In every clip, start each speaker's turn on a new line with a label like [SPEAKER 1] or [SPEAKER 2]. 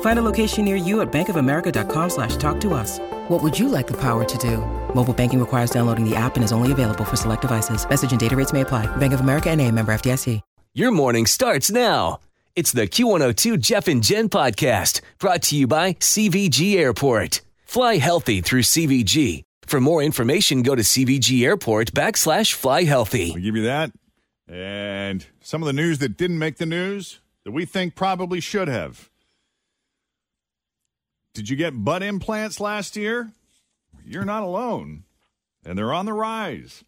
[SPEAKER 1] Find a location near you at bankofamerica.com slash talk to us. What would you like the power to do? Mobile banking requires downloading the app and is only available for select devices. Message and data rates may apply. Bank of America and a member FDIC.
[SPEAKER 2] Your morning starts now. It's the Q102 Jeff and Jen podcast brought to you by CVG Airport. Fly healthy through CVG. For more information, go to CVG Airport backslash fly healthy.
[SPEAKER 3] We give you that. And some of the news that didn't make the news that we think probably should have. Did you get butt implants last year? You're not alone. And they're on the rise.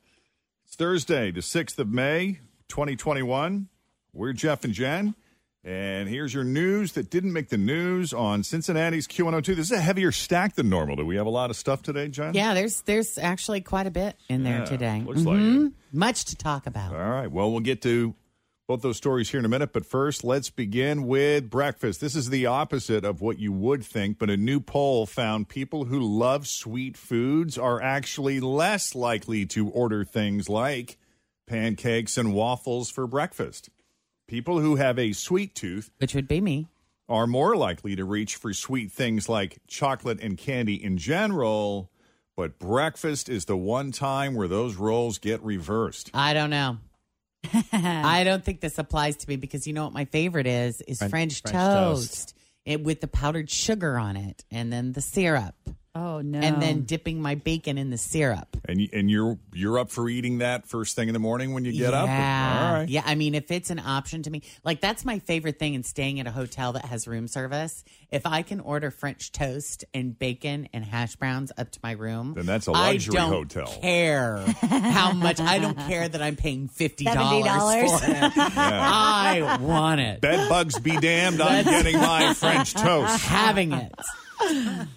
[SPEAKER 3] It's Thursday, the 6th of May, 2021. We're Jeff and Jen. And here's your news that didn't make the news on Cincinnati's Q102. This is a heavier stack than normal. Do we have a lot of stuff today, Jen?
[SPEAKER 4] Yeah, there's there's actually quite a bit in there
[SPEAKER 3] Yeah,
[SPEAKER 4] today.
[SPEAKER 3] looks like
[SPEAKER 4] Mhm.
[SPEAKER 3] it.
[SPEAKER 4] Much to talk about.
[SPEAKER 3] All right. Well, we'll get to both those stories here in a minute. But first, let's begin with breakfast. This is the opposite of what you would think, but a new poll found people who love sweet foods are actually less likely to order things like pancakes and waffles for breakfast. People who have a sweet tooth
[SPEAKER 4] Which would be me.
[SPEAKER 3] are more likely to reach for sweet things like chocolate and candy in general, but breakfast is the one time where those roles get reversed.
[SPEAKER 4] I don't know. I don't think this applies to me because you know what my favorite is is French, toast, It, with the powdered sugar on it and then the syrup
[SPEAKER 5] Oh no!
[SPEAKER 4] and then dipping my bacon in the syrup.
[SPEAKER 3] And y- and you're you're up for eating that first thing in the morning when you get
[SPEAKER 4] yeah.
[SPEAKER 3] up. All right.
[SPEAKER 4] Yeah, I mean, if it's an option to me, like that's my favorite thing in staying at a hotel that has room service. If I can order French toast and bacon and hash browns up to my room,
[SPEAKER 3] Then that's a luxury
[SPEAKER 4] I don't
[SPEAKER 3] hotel.
[SPEAKER 4] Care how much? I don't care that I'm paying fifty dollars
[SPEAKER 5] $70.
[SPEAKER 4] for it. I want it.
[SPEAKER 3] Bed bugs be damned! I'm getting my French toast.
[SPEAKER 4] Having it.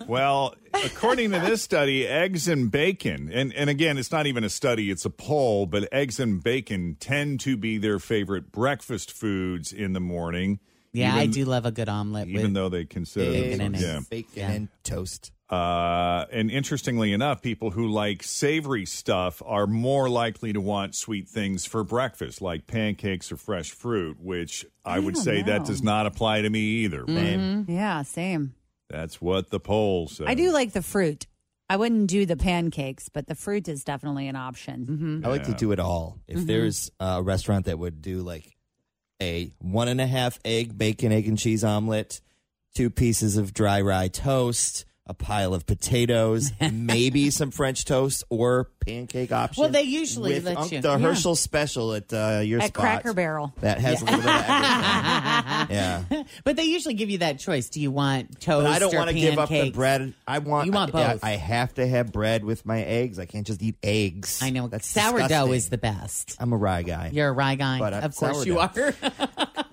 [SPEAKER 3] Well, according to this study, eggs and bacon, and and again, it's not even a study; it's a poll. But eggs and bacon tend to be their favorite breakfast foods in the morning.
[SPEAKER 4] Yeah,
[SPEAKER 3] even,
[SPEAKER 4] I do love a good omelet.
[SPEAKER 3] Even
[SPEAKER 4] with,
[SPEAKER 3] though they consider
[SPEAKER 4] bacon in it.
[SPEAKER 3] yeah.
[SPEAKER 6] bacon
[SPEAKER 4] Yeah.
[SPEAKER 6] and toast.
[SPEAKER 3] Uh, and interestingly enough, people who like savory stuff are more likely to want sweet things for breakfast, like pancakes or fresh fruit, which I, would
[SPEAKER 5] don't
[SPEAKER 3] say that
[SPEAKER 5] know.
[SPEAKER 3] does not apply to me either. but
[SPEAKER 4] Mm-hmm.
[SPEAKER 5] yeah, same.
[SPEAKER 3] That's what the poll says.
[SPEAKER 5] I do like the fruit. I wouldn't do the pancakes, but the fruit is definitely an option.
[SPEAKER 4] Mm-hmm.
[SPEAKER 6] I like to do it all. If there's a restaurant that would do like a one and a half egg bacon, egg and cheese omelet, two pieces of dry rye toast, a pile of potatoes, maybe some French toast or pancake option.
[SPEAKER 4] Well, they usually
[SPEAKER 6] with
[SPEAKER 4] let
[SPEAKER 6] Unc-
[SPEAKER 4] you-
[SPEAKER 6] the
[SPEAKER 4] yeah.
[SPEAKER 6] Herschel special at uh, your
[SPEAKER 5] At
[SPEAKER 6] spot
[SPEAKER 5] Cracker Barrel.
[SPEAKER 6] that has a little bit of everything. yeah.
[SPEAKER 4] but they usually give you that choice. Do you want toast?
[SPEAKER 6] But I don't
[SPEAKER 4] want
[SPEAKER 6] want to
[SPEAKER 4] to
[SPEAKER 6] give up the bread. I want.
[SPEAKER 4] You want
[SPEAKER 6] I-
[SPEAKER 4] both.
[SPEAKER 6] I, have to have bread with my eggs. I can't just eat eggs.
[SPEAKER 4] I know
[SPEAKER 6] That's
[SPEAKER 4] sourdough
[SPEAKER 6] disgusting.
[SPEAKER 4] is the best.
[SPEAKER 6] I'm a rye guy.
[SPEAKER 4] You're a rye guy,
[SPEAKER 6] But, uh,
[SPEAKER 4] of course you are.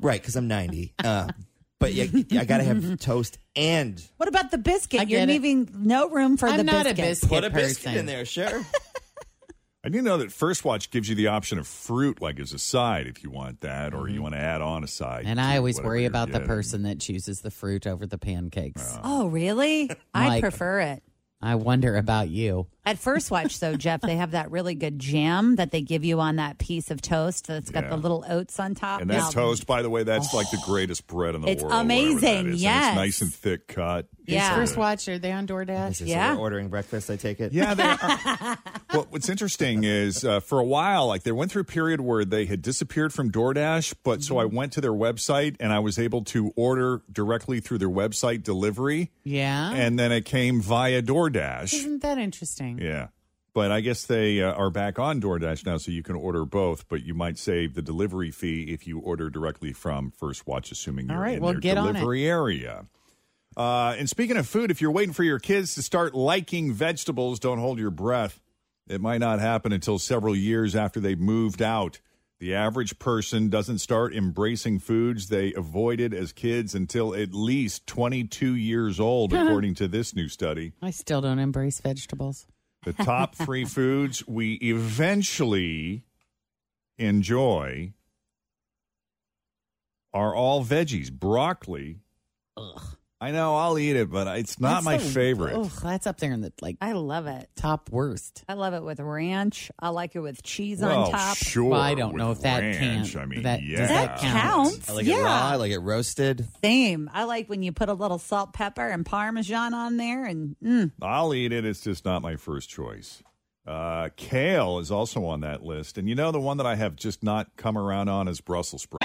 [SPEAKER 6] Right, because I'm 90. Uh, but yeah, I gotta have toast and
[SPEAKER 5] What about the biscuit?
[SPEAKER 4] I
[SPEAKER 5] You're
[SPEAKER 4] get it.
[SPEAKER 5] leaving no room for
[SPEAKER 4] I'm
[SPEAKER 5] the
[SPEAKER 4] not
[SPEAKER 5] biscuit.
[SPEAKER 4] a biscuit
[SPEAKER 6] put a
[SPEAKER 4] person.
[SPEAKER 6] biscuit in there. Sure.
[SPEAKER 3] I do know that First Watch gives you the option of fruit, like as a side, if you want that, or you want to add on a side.
[SPEAKER 4] Mm-hmm. And
[SPEAKER 3] to
[SPEAKER 4] I always
[SPEAKER 3] whatever
[SPEAKER 4] worry
[SPEAKER 3] you're
[SPEAKER 4] about the
[SPEAKER 3] getting.
[SPEAKER 4] person that chooses the fruit over the pancakes.
[SPEAKER 5] Oh, really? I
[SPEAKER 4] Like-
[SPEAKER 5] prefer it.
[SPEAKER 4] I wonder about you.
[SPEAKER 5] At first watch, though, Jeff, they have that really good jam that they give you on that piece of toast that's got
[SPEAKER 3] Yeah.
[SPEAKER 5] the little oats on top.
[SPEAKER 3] And that
[SPEAKER 5] Now,
[SPEAKER 3] toast, by the way, that's like
[SPEAKER 4] Oh.
[SPEAKER 3] the greatest bread in the
[SPEAKER 5] It's
[SPEAKER 3] world. whatever that
[SPEAKER 5] amazing,
[SPEAKER 3] is. And
[SPEAKER 5] yes.
[SPEAKER 3] it's nice and thick cut.
[SPEAKER 5] Yeah.
[SPEAKER 4] First watch, are they on DoorDash?
[SPEAKER 6] This is
[SPEAKER 5] Yeah.
[SPEAKER 6] we're ordering breakfast. I take it.
[SPEAKER 3] Yeah, they are. what, what's interesting is uh, for a while, like they went through a period where they had disappeared from DoorDash, but so I went to their website and I was able to order directly through their website delivery,
[SPEAKER 4] Yeah.
[SPEAKER 3] and then it came via DoorDash.
[SPEAKER 4] Isn't that interesting?
[SPEAKER 3] Yeah, But I guess they uh, are back on DoorDash now, so you can order both. But you might save the delivery fee if you order directly from First Watch, assuming
[SPEAKER 4] All
[SPEAKER 3] you're
[SPEAKER 4] right,
[SPEAKER 3] in
[SPEAKER 4] well,
[SPEAKER 3] their
[SPEAKER 4] get on it.
[SPEAKER 3] delivery area. Uh, and speaking of food, if you're waiting for your kids to start liking vegetables, don't hold your breath. It might not happen until several years after they've moved out. The average person doesn't start embracing foods they avoided as kids until at least 22 years old, according to this new study.
[SPEAKER 4] I still don't embrace vegetables.
[SPEAKER 3] The top three foods we eventually enjoy are all veggies. Broccoli. I know I'll eat it, but it's not
[SPEAKER 4] That's
[SPEAKER 3] my
[SPEAKER 4] the-
[SPEAKER 3] favorite.
[SPEAKER 4] Ugh, Oh, that's up there in the like
[SPEAKER 5] I love it.
[SPEAKER 4] top worst.
[SPEAKER 5] I love it with ranch. I like it with cheese
[SPEAKER 3] well,
[SPEAKER 5] on top.
[SPEAKER 3] sure.
[SPEAKER 4] Well, I don't
[SPEAKER 3] with
[SPEAKER 4] know if that
[SPEAKER 3] ranch.
[SPEAKER 4] can't-
[SPEAKER 3] I mean,
[SPEAKER 4] that-
[SPEAKER 3] yeah.
[SPEAKER 4] does
[SPEAKER 5] that count?
[SPEAKER 6] I like
[SPEAKER 5] yeah.
[SPEAKER 6] it raw. I like it roasted.
[SPEAKER 5] Same. I like when you put a little salt, pepper, and parmesan on there, and mm,
[SPEAKER 3] I'll eat it. It's just not my first choice. Uh, kale is also on that list, and you know the one that I have just not come around on is Brussels sprouts.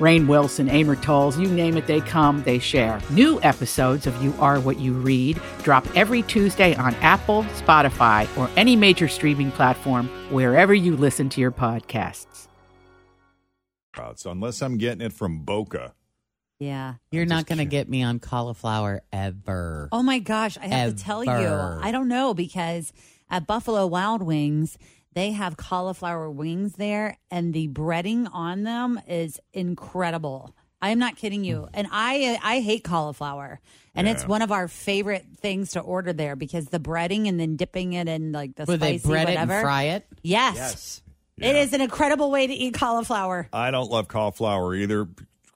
[SPEAKER 7] Rain Wilson, Amor Tolls, you name it, they come, they share. New episodes of You Are What You Read drop every Tuesday on Apple, Spotify, or any major streaming platform wherever you listen to your podcasts.
[SPEAKER 3] Unless I'm getting it from Boca,
[SPEAKER 5] yeah.
[SPEAKER 4] You're not going to get me on cauliflower ever.
[SPEAKER 5] Oh my gosh, I have to tell you,
[SPEAKER 4] Ever.
[SPEAKER 5] I don't know because at Buffalo Wild Wings, they have cauliflower wings there, and the breading on them is incredible. I am not kidding
[SPEAKER 4] Hmm.
[SPEAKER 5] you, and I I hate cauliflower, and it's
[SPEAKER 3] Yeah.
[SPEAKER 5] one of our favorite things to order there because the breading and then dipping it in like the
[SPEAKER 4] Where they
[SPEAKER 5] spicy
[SPEAKER 4] bread
[SPEAKER 5] whatever.
[SPEAKER 4] it and fry it.
[SPEAKER 5] Yes,
[SPEAKER 3] Yeah.
[SPEAKER 5] it is an incredible way to eat cauliflower.
[SPEAKER 3] I don't love cauliflower either.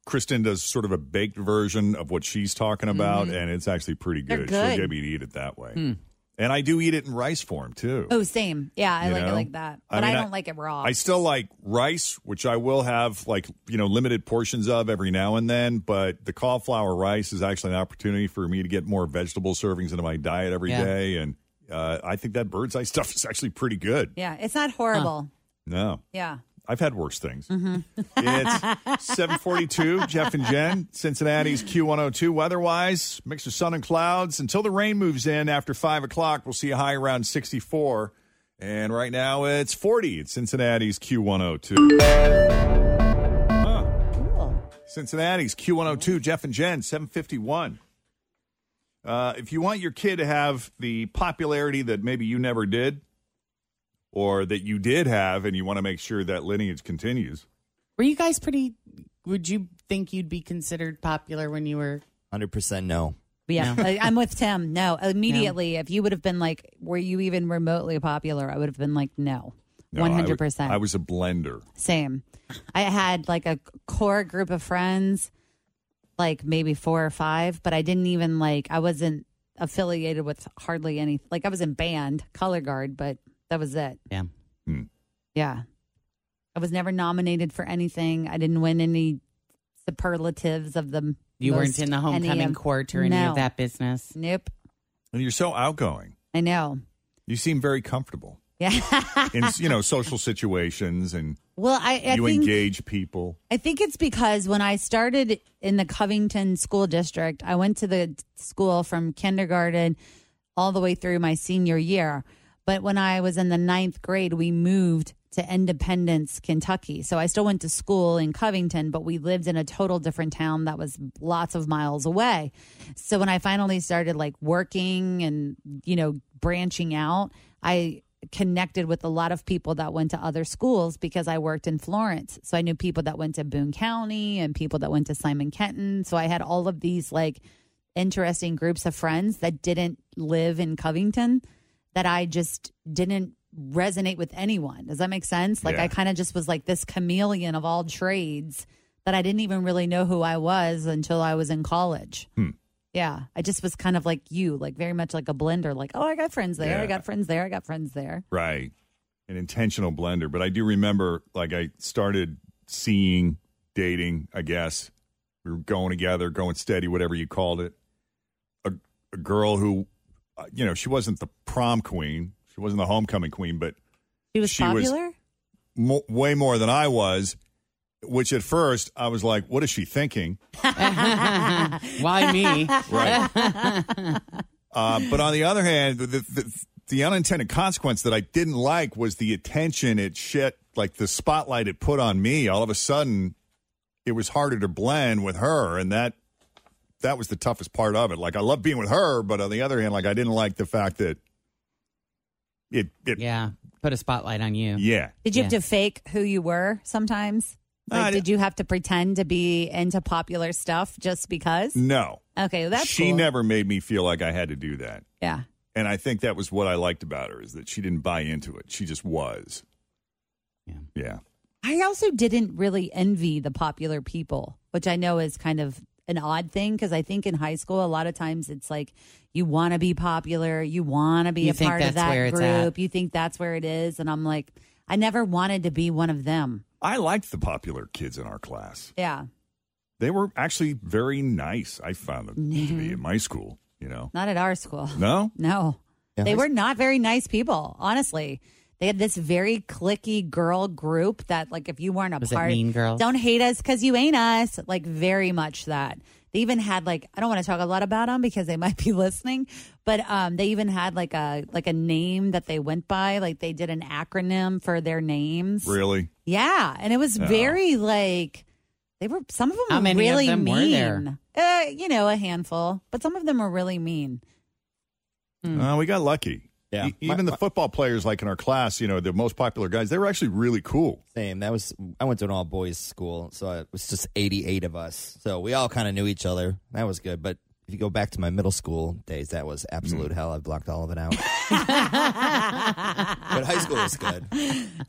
[SPEAKER 3] Kristen does sort of a baked version of what she's talking about, and it's actually pretty
[SPEAKER 5] Mm-hmm. They're
[SPEAKER 3] good.
[SPEAKER 5] good. Hmm.
[SPEAKER 3] She'll get me to eat it that way, and I do eat it in rice form too.
[SPEAKER 5] Oh, same. Yeah, I
[SPEAKER 3] You
[SPEAKER 5] like it
[SPEAKER 3] know?
[SPEAKER 5] like that,
[SPEAKER 3] I
[SPEAKER 5] but I,
[SPEAKER 3] mean, I-
[SPEAKER 5] don't like it raw.
[SPEAKER 3] I still like rice, which I will have like, you know, limited portions of every now and then, but the cauliflower rice is actually an opportunity for me to get more vegetable servings into my diet every day,
[SPEAKER 4] Yeah.
[SPEAKER 3] And uh, I think that bird's eye stuff is actually pretty good.
[SPEAKER 5] yeah, it's not horrible.
[SPEAKER 3] No.
[SPEAKER 5] Yeah.
[SPEAKER 3] I've had worse things. it's 742, Jeff and Jen, Cincinnati's Q102. Weather-wise, mix of sun and clouds until the rain moves in after 5 o'clock. We'll see a high around 64. And right now it's 40 at Cincinnati's Q102. Huh. Cincinnati's Q102, Jeff and Jen, 751. Uh, if you want your kid to have the popularity that maybe you never did, or that you did have and you want to make sure that lineage continues.
[SPEAKER 4] Were you guys pretty? Would you think you'd be considered popular when you were?
[SPEAKER 6] Hundred percent no.
[SPEAKER 5] Yeah,
[SPEAKER 4] No.
[SPEAKER 5] I, I'm with Tim. No, immediately. If you would have been like, were you even remotely popular? I would have been like, no,
[SPEAKER 3] No,
[SPEAKER 5] one
[SPEAKER 3] I w-
[SPEAKER 5] hundred
[SPEAKER 3] I
[SPEAKER 5] percent.
[SPEAKER 3] was a blender.
[SPEAKER 5] Same. I had like a core group of friends, like maybe four or five, but I didn't even like. I wasn't affiliated with hardly any. Like I was in band, color guard, but that was it.
[SPEAKER 4] Yeah.
[SPEAKER 3] Hmm.
[SPEAKER 5] Yeah. I was never nominated for anything. I didn't win any superlatives of them.
[SPEAKER 4] You weren't in the homecoming court or any
[SPEAKER 5] no.
[SPEAKER 4] of that business.
[SPEAKER 5] Nope.
[SPEAKER 3] And you're so outgoing.
[SPEAKER 5] I know.
[SPEAKER 3] You seem very comfortable
[SPEAKER 5] Yeah.
[SPEAKER 3] in you know social situations and
[SPEAKER 5] well, I, I
[SPEAKER 3] you
[SPEAKER 5] think
[SPEAKER 3] engage people.
[SPEAKER 5] I think it's because when I started in the Covington school district, I went to the school from kindergarten all the way through my senior year. But when I was in the ninth grade, we moved to Independence, Kentucky. So I still went to school in Covington, but we lived in a total different town that was lots of miles away. So when I finally started like working and, you know, branching out, I connected with a lot of people that went to other schools because I worked in Florence. So I knew people that went to Boone County and people that went to Simon Kenton. So I had all of these like interesting groups of friends that didn't live in Covington that I just didn't resonate with anyone. Does that make sense? Like
[SPEAKER 3] Yeah.
[SPEAKER 5] I kind of just was like this chameleon of all trades that I didn't even really know who I was until I was in college. Yeah. I just was kind of like you, like very much like a blender, like, oh, I got friends there.
[SPEAKER 3] Yeah.
[SPEAKER 5] I got friends there. I got friends there.
[SPEAKER 3] Right. An intentional blender. But I do remember, like, I started seeing, dating, I guess. We were going together, going steady, whatever you called it. A, a girl who, uh, you know, she wasn't the prom queen. She wasn't the homecoming queen, but
[SPEAKER 5] She was
[SPEAKER 3] She was-
[SPEAKER 5] popular?
[SPEAKER 3] mo- way more than I was, which at first I was like, what is she thinking?
[SPEAKER 4] Why me?
[SPEAKER 3] Right. uh, but on the other hand, the, the, the unintended consequence that I didn't like was the attention it shit, like the spotlight it put on me. All of a sudden, it was harder to blend with her, and that that was the toughest part of it. Like I love being with her, but on the other hand, like I didn't like the fact that it. it yeah.
[SPEAKER 4] Yeah. Put a spotlight on you.
[SPEAKER 5] Did you
[SPEAKER 4] Yeah.
[SPEAKER 5] have to fake who you were sometimes?
[SPEAKER 3] No, I
[SPEAKER 5] Like,
[SPEAKER 3] di-
[SPEAKER 5] did you have to pretend to be into popular stuff just because?
[SPEAKER 3] No.
[SPEAKER 5] Okay, well, that's
[SPEAKER 3] she
[SPEAKER 5] cool.
[SPEAKER 3] never made me feel like I had to do that.
[SPEAKER 5] Yeah.
[SPEAKER 3] And I think that was what I liked about her is that she didn't buy into it. She just was.
[SPEAKER 4] Yeah.
[SPEAKER 3] Yeah.
[SPEAKER 5] I also didn't really envy the popular people, which I know is kind of an odd thing because I think in high school a lot of times it's like you want to be popular, you want to be
[SPEAKER 4] You
[SPEAKER 5] a
[SPEAKER 4] think
[SPEAKER 5] part of
[SPEAKER 4] that's where
[SPEAKER 5] that
[SPEAKER 4] it's
[SPEAKER 5] group,
[SPEAKER 4] at.
[SPEAKER 5] you think that's where it is, and I'm like, I never wanted to be one of them.
[SPEAKER 3] I liked the popular kids in our class.
[SPEAKER 5] Yeah,
[SPEAKER 3] They were actually very nice. I found them to
[SPEAKER 4] Mm-hmm.
[SPEAKER 3] be in my school, you know.
[SPEAKER 5] not at our school.
[SPEAKER 3] No?
[SPEAKER 5] No.
[SPEAKER 6] Yeah.
[SPEAKER 5] They were not very nice people, honestly. They had this very clicky girl group that, like, if you weren't a
[SPEAKER 4] Was it
[SPEAKER 5] part,
[SPEAKER 4] Mean Girls?
[SPEAKER 5] don't hate us because you ain't us. Like, very much that. They even had like I don't want to talk a lot about them because they might be listening, but um, they even had like a like a name that they went by. Like they did an acronym for their names.
[SPEAKER 3] Really?
[SPEAKER 5] Yeah, and it was
[SPEAKER 3] No.
[SPEAKER 5] very like they were. Some of them
[SPEAKER 4] How
[SPEAKER 5] were
[SPEAKER 4] many of
[SPEAKER 5] really
[SPEAKER 4] them
[SPEAKER 5] mean.
[SPEAKER 4] were there?
[SPEAKER 5] Uh, you know, a handful, but some of them were really mean.
[SPEAKER 4] Mm.
[SPEAKER 3] Uh, we got lucky.
[SPEAKER 6] Yeah.
[SPEAKER 3] E- even the football players, like in our class, you know, the most popular guys, they were actually really cool.
[SPEAKER 6] Same. That was I went to an all boys school, so it was just eighty eight of us. So we all kind of knew each other. That was good. But if you go back to my middle school days, that was absolute hell. I blocked all of it out. but high school was good.
[SPEAKER 3] Uh,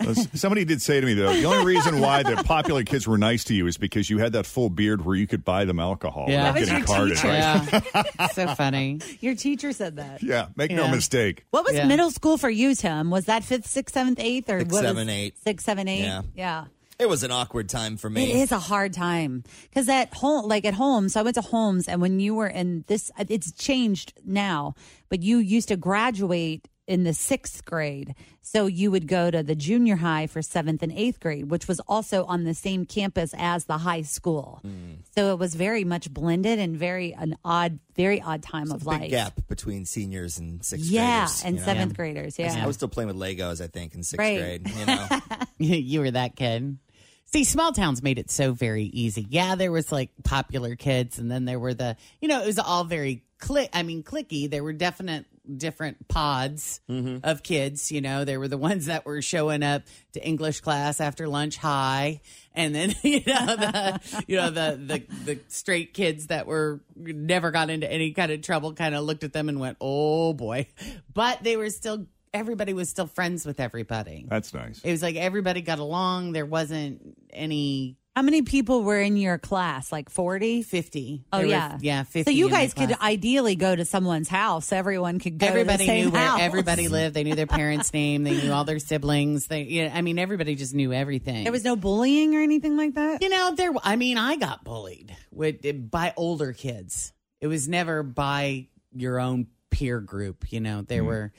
[SPEAKER 3] s- Somebody did say to me, though, the only reason why the popular kids were nice to you is because you had that full beard where you could buy them alcohol.
[SPEAKER 4] Yeah.
[SPEAKER 3] without
[SPEAKER 4] That was
[SPEAKER 3] getting carded,
[SPEAKER 5] your teacher.
[SPEAKER 3] right?
[SPEAKER 4] Yeah. so funny.
[SPEAKER 5] Your teacher said that.
[SPEAKER 3] Yeah, make no
[SPEAKER 4] Yeah.
[SPEAKER 3] mistake.
[SPEAKER 5] What was
[SPEAKER 4] Yeah.
[SPEAKER 5] middle school for you, Tim? Was that fifth, sixth, seventh, eighth, or
[SPEAKER 6] Sixth,
[SPEAKER 5] what was-
[SPEAKER 6] seventh, eighth.
[SPEAKER 5] Sixth, seven, eight.
[SPEAKER 6] Yeah.
[SPEAKER 5] yeah.
[SPEAKER 6] It was an awkward time for
[SPEAKER 5] It
[SPEAKER 6] me.
[SPEAKER 5] is a hard time because at home, like at home, so I went to Holmes, and when you were in this, it's changed now, but you used to graduate in the sixth grade. So you would go to the junior high for seventh and eighth grade, which was also on the same campus as the high school.
[SPEAKER 6] Mm.
[SPEAKER 5] So it was very much blended and very an odd, very odd time
[SPEAKER 6] It's a
[SPEAKER 5] of
[SPEAKER 6] big
[SPEAKER 5] life.
[SPEAKER 6] gap between seniors and sixth
[SPEAKER 5] yeah,
[SPEAKER 6] graders.
[SPEAKER 5] and
[SPEAKER 6] you know?
[SPEAKER 5] seventh graders. Yeah.
[SPEAKER 6] I was still playing with Legos, I think, in sixth
[SPEAKER 5] Right.
[SPEAKER 6] grade. You know,
[SPEAKER 4] you were that kid. See, small towns made it so very easy. Yeah, there was like popular kids, and then there were the, you know, it was all very click. I mean, clicky. There were definite different pods of kids. You know, there were the ones that were showing up to English class after lunch high, and then you know the, you know the the the straight kids that were never got into any kind of trouble. Kind of looked at them and went, "Oh boy," but they were still. Everybody was still friends with everybody.
[SPEAKER 3] That's nice.
[SPEAKER 4] It was like everybody got along. There wasn't any
[SPEAKER 5] How many people were in your class? Like 40?
[SPEAKER 4] 50.
[SPEAKER 5] Oh
[SPEAKER 4] There were-
[SPEAKER 5] yeah,
[SPEAKER 4] yeah, 50.
[SPEAKER 5] So you
[SPEAKER 4] in my
[SPEAKER 5] guys could
[SPEAKER 4] class.
[SPEAKER 5] ideally go to someone's house. Everyone could go. to
[SPEAKER 4] everybody
[SPEAKER 5] the same
[SPEAKER 4] knew where
[SPEAKER 5] house.
[SPEAKER 4] everybody lived. They knew their parents' name. They knew all their siblings. They, you know, I mean, everybody just knew everything.
[SPEAKER 5] There was no bullying or anything like that.
[SPEAKER 4] you know, there. I mean, I got bullied with by older kids. It was never by your own peer group. You know,
[SPEAKER 5] Mm-hmm.
[SPEAKER 4] there were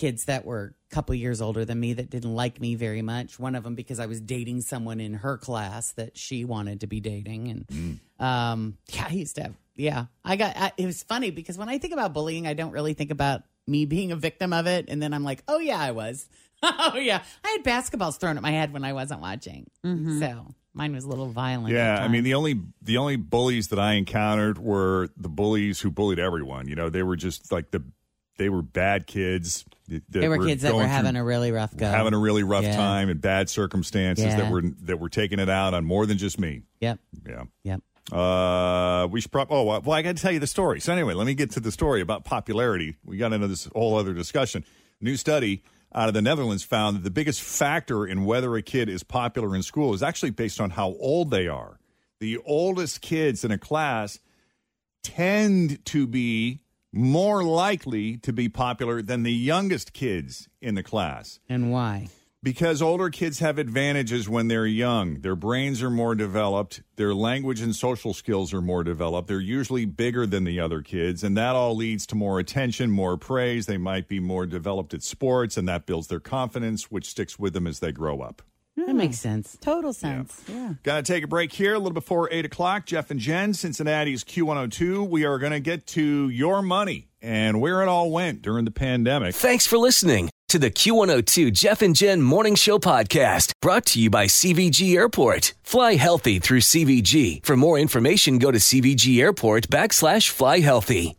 [SPEAKER 4] kids that were a couple years older than me that didn't like me very much. One of them because I was dating someone in her class that she wanted to be dating, and
[SPEAKER 5] Mm.
[SPEAKER 4] um, yeah, I used to have. Yeah, I got. I, it was funny because when I think about bullying, I don't really think about me being a victim of it, and then I'm like, oh yeah, I was. oh yeah, I had basketballs thrown at my head when I wasn't watching. So mine was a little violent. at
[SPEAKER 3] Yeah, I mean
[SPEAKER 4] times.
[SPEAKER 3] the only the only bullies that I encountered were the bullies who bullied everyone. You know, they were just like the they were bad kids. That
[SPEAKER 4] there were kids that were
[SPEAKER 3] going
[SPEAKER 4] having
[SPEAKER 3] through-
[SPEAKER 4] a really rough go.
[SPEAKER 3] having a really rough
[SPEAKER 4] Yeah.
[SPEAKER 3] time and bad circumstances that
[SPEAKER 4] Yeah.
[SPEAKER 3] were that were taking it out on more than just me.
[SPEAKER 4] yep,
[SPEAKER 3] Yeah.
[SPEAKER 4] yep.
[SPEAKER 3] Uh, we should probably. Oh, well, I got to tell you the story. So anyway, let me get to the story about popularity. We got into this whole other discussion. New study out of the Netherlands found that the biggest factor in whether a kid is popular in school is actually based on how old they are. The oldest kids in a class tend to be more likely to be popular than the youngest kids in the class
[SPEAKER 4] And why?
[SPEAKER 3] because older kids have advantages when they're young. Their brains are more developed, their language and social skills are more developed. They're usually bigger than the other kids, and that all leads to more attention, more praise. They might be more developed at sports, and that builds their confidence, which sticks with them as they grow up.
[SPEAKER 4] That makes sense.
[SPEAKER 5] Hmm. Total sense. Yeah.
[SPEAKER 3] Got to take a break here a little before 8 o'clock. Jeff and Jen, Cincinnati's Q102. We are going to get to your money and where it all went during the pandemic.
[SPEAKER 2] Thanks for listening to the Q102 Jeff and Jen Morning Show podcast brought to you by CVG Airport. Fly healthy through CVG. For more information, go to CVG Airport backslash fly healthy.